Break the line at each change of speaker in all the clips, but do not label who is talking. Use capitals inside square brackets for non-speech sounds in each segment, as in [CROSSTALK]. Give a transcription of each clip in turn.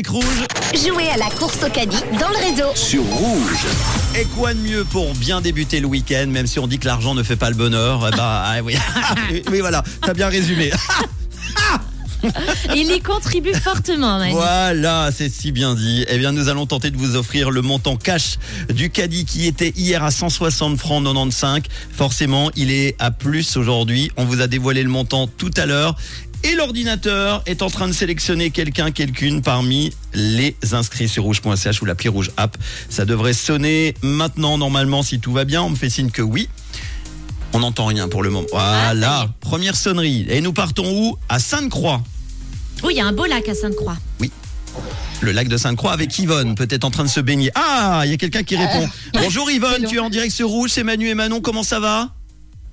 avec Rouge.
Jouez à la course au caddie dans le réseau.
sur rouge.
Et quoi de mieux pour bien débuter le week-end, même si on dit que l'argent ne fait pas le bonheur eh ben, ah oui. [LAUGHS] oui, oui, voilà, t'as bien résumé.
Il y contribue fortement, Manu.
Voilà, c'est si bien dit. Eh bien, nous allons tenter de vous offrir le montant cash du caddie qui était hier à 160 francs 95. Forcément, il est à plus aujourd'hui. On vous a dévoilé le montant tout à l'heure. Et l'ordinateur est en train de sélectionner quelqu'un, quelqu'une parmi les inscrits sur rouge.ch ou l'appli rouge app. Ça devrait sonner maintenant, normalement, si tout va bien. On me fait signe que oui. On n'entend rien pour le moment.
Ah, ça y
Voilà,
est.
première sonnerie. Et nous partons où À Sainte-Croix.
Oui, il y a un beau lac à Sainte-Croix.
Le lac de Sainte-Croix avec Yvonne, peut-être en train de se baigner. Ah, il y a quelqu'un qui répond. Bonjour Yvonne, tu es en direct sur Rouge, c'est Manu et Manon, comment ça va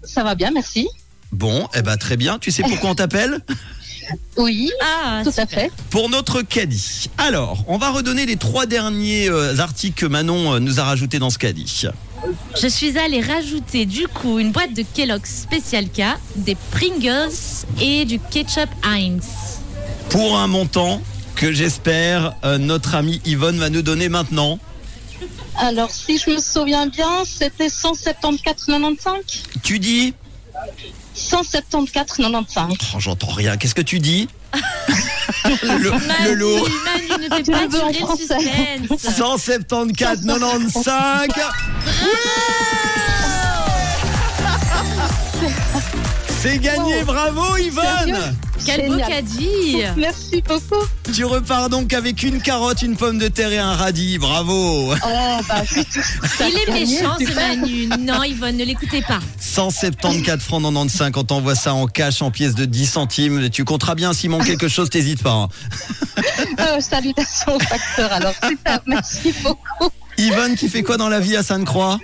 Ça va bien, merci.
Bon, eh ben très bien, tu sais pourquoi on t'appelle
Oui,
Ah,
tout à
super.
fait.
Pour notre caddie. Alors, on va redonner les trois derniers euh, articles que Manon euh, nous a rajoutés dans ce caddie.
Je suis allée rajouter du coup une boîte de Kellogg's spécial K, des Pringles et du ketchup Heinz.
Pour un montant que j'espère euh, notre amie Yvonne va nous donner maintenant.
Alors, si je me souviens bien, c'était 174,95
Tu dis
174,95.
Oh, j'entends rien, qu'est-ce que tu dis le, le
Manu,
lot
Manu, [LAUGHS] ne fais
Je
pas
le veux en
durer le
français.
suspense.
174,95 C'est gagné, bravo Yvonne
Sérieux
[LAUGHS] Quel beau
Génial.
caddie
Merci beaucoup.
Tu repars donc avec une carotte, une pomme de terre et un radis, bravo
Oh, bah, oui, ça
[LAUGHS] Il est
gagne,
méchant ce
super.
Manu. Non, Yvonne, ne l'écoutez pas.
174 francs 95 quand on voit ça en cash, en pièces de 10 centimes, tu compteras bien s'il manque quelque chose, t'hésites pas. hein.
Euh, salutations au facteur. Alors,
[LAUGHS]
super, merci beaucoup.
Yvonne qui fait quoi dans la vie à Sainte-Croix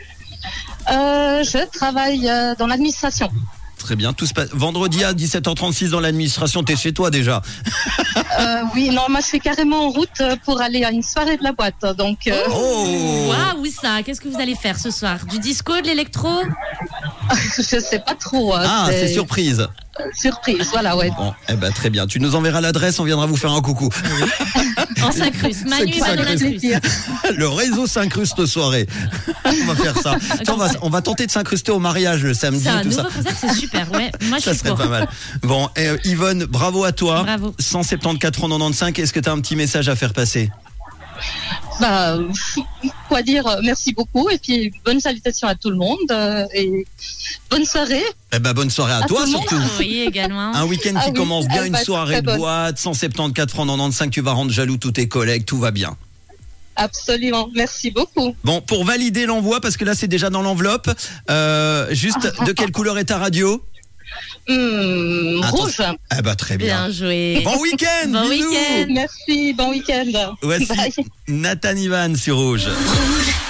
Euh, je travaille euh, dans l'administration.
Très bien, tout se passe. Vendredi à 17h36 dans l'administration, t'es chez toi déjà.
Euh, oui, non, moi, je suis carrément en route euh, pour aller à une soirée de la boîte. Donc, euh, [LAUGHS]
Oh
Waouh, ça Qu'est-ce que vous allez faire ce soir Du disco, de l'électro
je sais pas trop. euh,
Ah, c'est surprise.
Surprise, voilà, ouais.
Bon, eh ben très bien. Tu nous enverras l'adresse, on viendra vous faire un coucou. [LAUGHS]
On s'incruste. Manu
qui
et Manon
s'incrustent.
l'incruste.
Le réseau s'incruste soirée. on va faire
[LAUGHS]
ça. Tiens, on, va, on va tenter de s'incruster au mariage le samedi,
C'est un
tout
nouveau
ça.
concept, c'est super. Ouais, moi je
Ça
suis
serait
pour.
pas mal. Bon, eh, euh, Yvonne, bravo à toi.
Bravo.
174 francs 95. Est-ce que tu as un petit message à faire passer
Bah, euh, quoi dire, euh, merci beaucoup et puis bonne salutation à tout le monde euh, et bonne soirée.
Eh ben, bonne soirée à,
À
toi
tout le monde.
surtout.
Oui, également.
Un week-end
Ah
qui
oui,
commence bien,
elle
une
va être
soirée
très
de
bonne.
boîte, 174 francs 95. Tu vas rendre jaloux tous tes collègues, tout va bien.
Absolument, merci beaucoup.
Bon, pour valider l'envoi, parce que là c'est déjà dans l'enveloppe, euh,
[LAUGHS]
juste de quelle couleur est ta radio
Hmm,
Attention.
rouge,
Eh ben très bien.
Bien joué.
Bon week-end
Bon
bisous.
week-end.
merci, bon week-end.
Voici
Bye.
Nathan Ivan sur Rouge.
Rouge.